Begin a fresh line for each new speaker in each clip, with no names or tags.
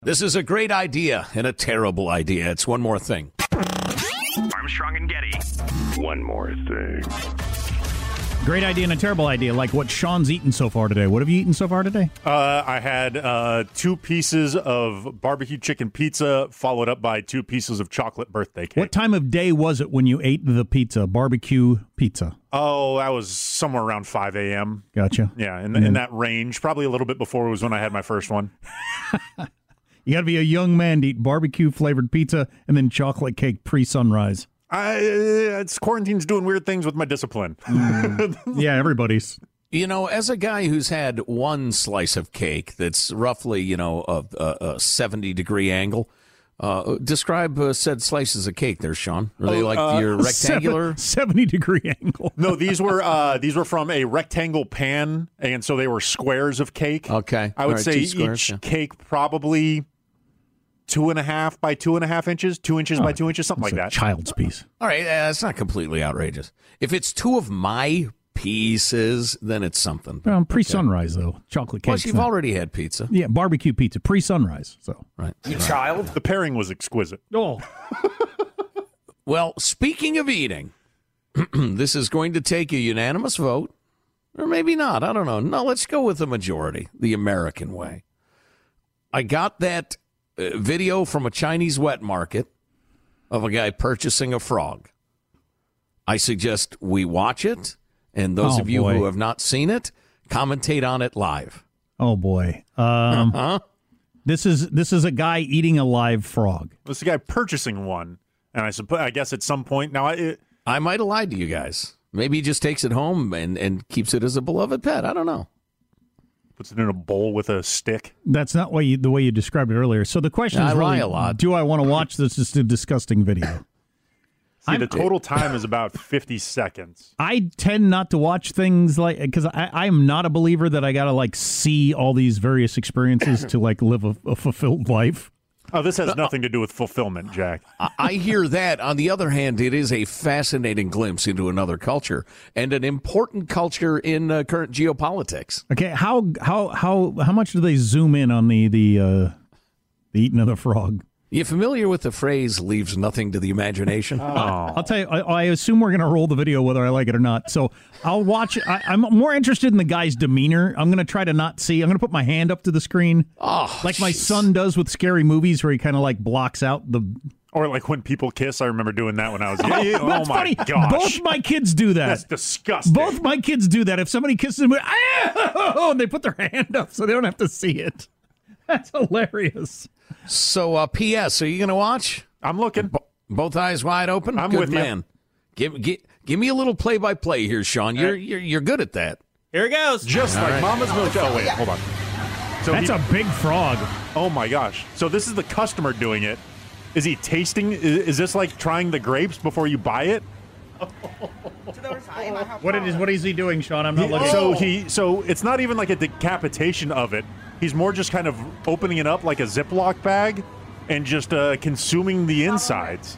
This is a great idea and a terrible idea. It's one more thing.
Armstrong and Getty. One more thing.
Great idea and a terrible idea, like what Sean's eaten so far today. What have you eaten so far today?
Uh, I had uh, two pieces of barbecue chicken pizza, followed up by two pieces of chocolate birthday cake.
What time of day was it when you ate the pizza, barbecue pizza?
Oh, that was somewhere around 5 a.m.
Gotcha.
Yeah, in,
Mm-hmm.
in that range. Probably a little bit before was when I had my first one.
You got to be a young man to eat barbecue flavored pizza and then chocolate cake pre sunrise.
I, it's quarantine's doing weird things with my discipline.
Mm.
yeah, everybody's.
You know, as a guy who's had one slice of cake that's roughly, you know, a, a, a 70 degree angle, uh, describe uh, said slices of cake there, Sean. Are
Oh,
they like
uh,
your rectangular?
70 degree angle.
no, these were uh, these were from a rectangle pan, and so they were squares of cake.
Okay.
I would
All right,
say
two squares,
each
yeah.
cake probably two and a half by two and a half inches, two inches
Oh.
by two inches, something like
It's a
that.
child's piece.
All right, uh, that's not completely outrageous. If it's two of my pieces, then it's something.
Um, pre sunrise, though. Chocolate cake.
Plus, you've already had pizza,
yeah, barbecue pizza, pre sunrise. So.
right?
The pairing was exquisite.
Oh.
Well, speaking of eating, this is going to take a unanimous vote, or maybe not. I don't know. No, let's go with the majority, the American way. I got that uh, video from a Chinese wet market of a guy purchasing a frog. I suggest we watch it, and those
Oh,
of you
boy.
who have not seen it, commentate on it live.
Oh, boy. Um,
Huh?
this is this is a guy eating a live frog.
This guy purchasing one, and I suppose I guess at some point now I, it,
I might have lied to you guys. Maybe he just takes it home and, and keeps it as a beloved pet. I don't know.
puts it in a bowl with a stick.
That's not what you, the way you described it earlier. So the question
I
is really,
lie a lot.
do I want to watch this? This is a disgusting video.
See, the total time is about fifty seconds.
I tend not to watch things like because I I am not a believer that I gotta like see all these various experiences to like live a, a fulfilled life.
Oh, this has nothing to do with fulfillment, Jack.
I- I hear that. On the other hand, it is a fascinating glimpse into another culture and an important culture in uh, current geopolitics.
Okay, how how how how much do they zoom in on the the uh, the eating of the frog?
You familiar with the phrase "leaves nothing to the imagination"?
Uh. Oh.
I'll tell you. I, I assume we're gonna roll the video whether I like it or not. So I'll watch. it. I, I'm more interested in the guy's demeanor. I'm gonna try to not see. I'm gonna put my hand up to the screen,
Oh,
like my
jeez.
son does with scary movies, where he kind of like blocks out the.
Or like when people kiss, I remember doing that when I was young. oh
That's
my
funny.
gosh.
Both my kids do that.
That's disgusting.
Both my kids do that. If somebody kisses them, "Ow!" and they put their hand up so they don't have to see it. That's hilarious.
So, uh, P.S. Are you going to watch?
I'm looking.
Both eyes wide open.
I'm
good
with ya.
man. Give, give give me a little play by play here, Sean.
Uh.
You're, you're you're good at that.
Here it goes.
Just like Mama's milk. Oh wait, hold on. So
That's
he-
a big frog.
oh my gosh. So this is the customer doing it. Is he tasting? i- Is, this like trying the grapes before you buy it?
What it is? What is he doing, Sean? I'm
He- So he. So it's not even like a decapitation of it. He's more just kind of opening it up like a Ziploc bag, and just uh, consuming the insides.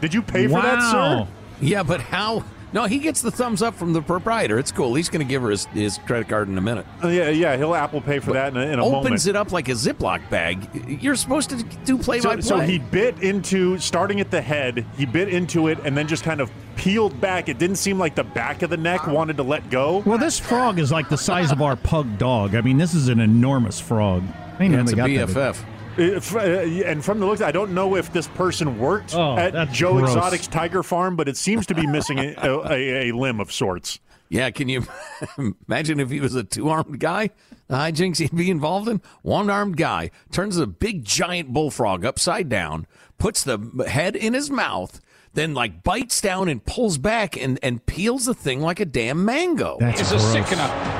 Did you pay for that, sir?
Wow.
Yeah, but how? No, he gets the thumbs up from the proprietor. It's cool. He's going to give her his, his credit card in a minute.
Uh, yeah, yeah. He'll Apple Pay for that in a, in a
opens
moment.
it up like a Ziploc bag. You're supposed to do play by
So,
play.
so he bit into, starting at the head, he bit into it and then just kind of peeled back. It didn't seem like the back of the neck wanted to let go.
Well, this frog is like the size of our pug dog. I mean, this is an enormous frog. I ain't
That's a
got that big.
BFF.
Uh, fr- uh, And from the looks, I don't know if this person worked
Oh,
at
that's
Joe
gross.
Exotic's Tiger Farm, but it seems to be missing a, a, a limb of sorts.
Yeah, can you imagine if he was a two-armed guy? The hijinks he'd be involved in. One-armed guy turns a big giant bullfrog upside down, puts the head in his mouth, then like bites down and pulls back and and peels the thing like a damn mango.
That's
It's a
gross.
sick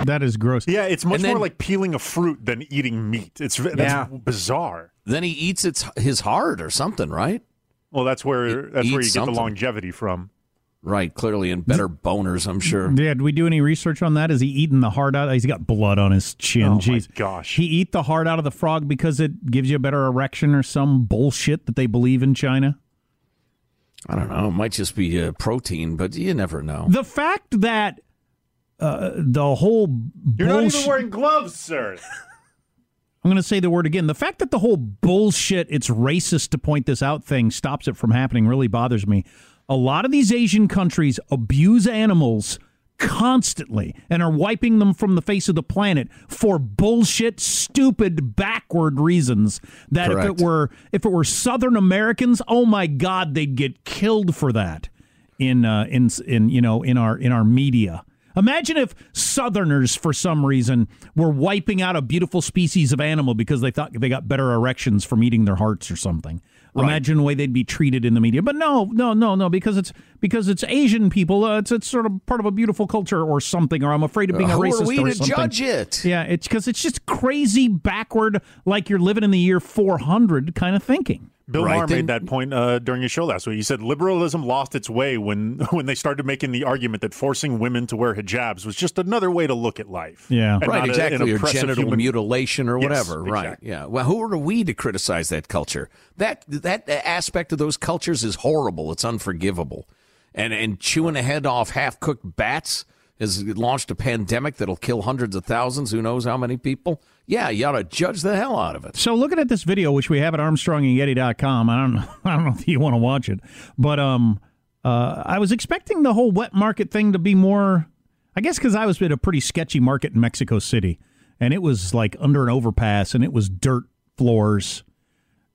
That is gross.
Yeah, it's much
And then-
more like peeling a fruit than eating meat. It's v- that's
Yeah.
bizarre.
then he eats its his heart or something, right?
Well, that's where that's where you
eats
get
something.
the longevity from.
Right, clearly, and better boners, I'm sure.
Yeah, did we do any research on that? Is he eating the heart out? He's got blood on his chin.
Oh my
Jeez.
gosh.
He eat the heart out of the frog because it gives you a better erection or some bullshit that they believe in China.
I don't know. It might just be uh, protein, but you never know.
The fact that uh, the whole
You're not
bullshit.
even wearing gloves, sir.
I'm going to say the word again. The fact that the whole bullshit, it's racist to point this out thing stops it from happening really bothers me. A lot of these Asian countries abuse animals constantly and are wiping them from the face of the planet for bullshit stupid backward reasons that if
Correct.
it were if it were southern americans oh my god they'd get killed for that in uh, in in you know in our in our media imagine if southerners for some reason were wiping out a beautiful species of animal because they thought they got better erections from eating their hearts or something imagine the way they'd be treated in the media but no no no no because it's because it's asian people uh, it's it's sort of part of a beautiful culture or something or i'm afraid of being a
Uh, Who
racist
are we
or
to
something
judge it?
yeah, it's because it's just crazy backward, like you're living in the year 400 kind of thinking.
Bill
Right,
Maher
then-
made that point uh, during his show last week. He said liberalism lost its way when when they started making the argument that forcing women to wear hijabs was just another way to look at life.
Yeah.
And
Right,
not a- an
exactly. or
oppressive
genital
human-
mutilation or
Yes,
whatever. Right.
exactly.
Yeah. Well, who are we to criticize that culture? That that aspect of those cultures is horrible. It's unforgivable. And and chewing a head off half cooked bats has launched a pandemic that'll kill hundreds of thousands, who knows how many people. Yeah, you ought to judge the hell out of it.
So looking at this video, which we have at armstrongandgetty.com, I don't know, I don't know if you want to watch it, but um, uh, I was expecting the whole wet market thing to be more, I guess because I was at a pretty sketchy market in Mexico City, and it was like under an overpass, and it was dirt floors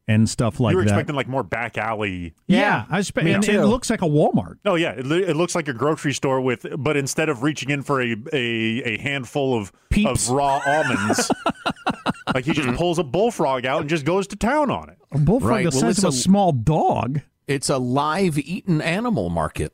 and stuff like
you were
that.
expecting like more back alley.
yeah, I was spe- and it looks like a Walmart.
Oh yeah, it, li- it looks like a grocery store with, but instead of reaching in for a a, a handful of
Peeps.
of raw almonds, like he just pulls a bullfrog out and just goes to town on it.
A bullfrog
Right,
the
well,
size
it's
of a
a-
small dog.
It's a live eaten animal market.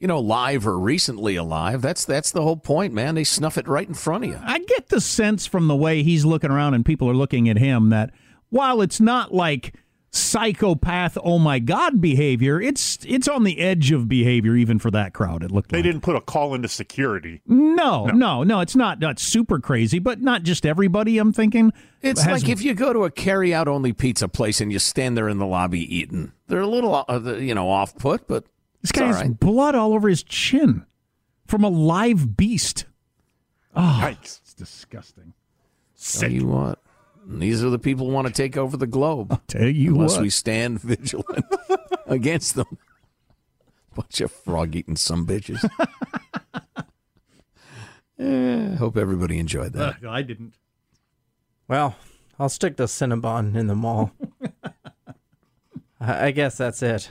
You know, live or recently alive. That's that's the whole point, man. They snuff it right in front of you.
I get the sense from the way he's looking around and people are looking at him that while it's not like psychopath oh my god behavior, it's it's on the edge of behavior even for that crowd. It looked
They
like
didn't put a call into security.
no, no, no, it's not not super crazy, but not just everybody. I'm thinking
It's
has-
like if you go to a carry-out only pizza place and you stand there in the lobby eating. They're a little, uh, the- you know, off put, but
this
it's
guy
all
has
right.
blood all over his chin from a live beast.
Yikes.
It's disgusting.
Tell you what, these are the people who want to take over the globe
Tell you
unless
what,
we stand vigilant against them. Bunch of frog-eating some bitches. Eh, hope everybody enjoyed that.
Ugh, I didn't.
Well, I'll stick to Cinnabon in the mall. I I guess that's it.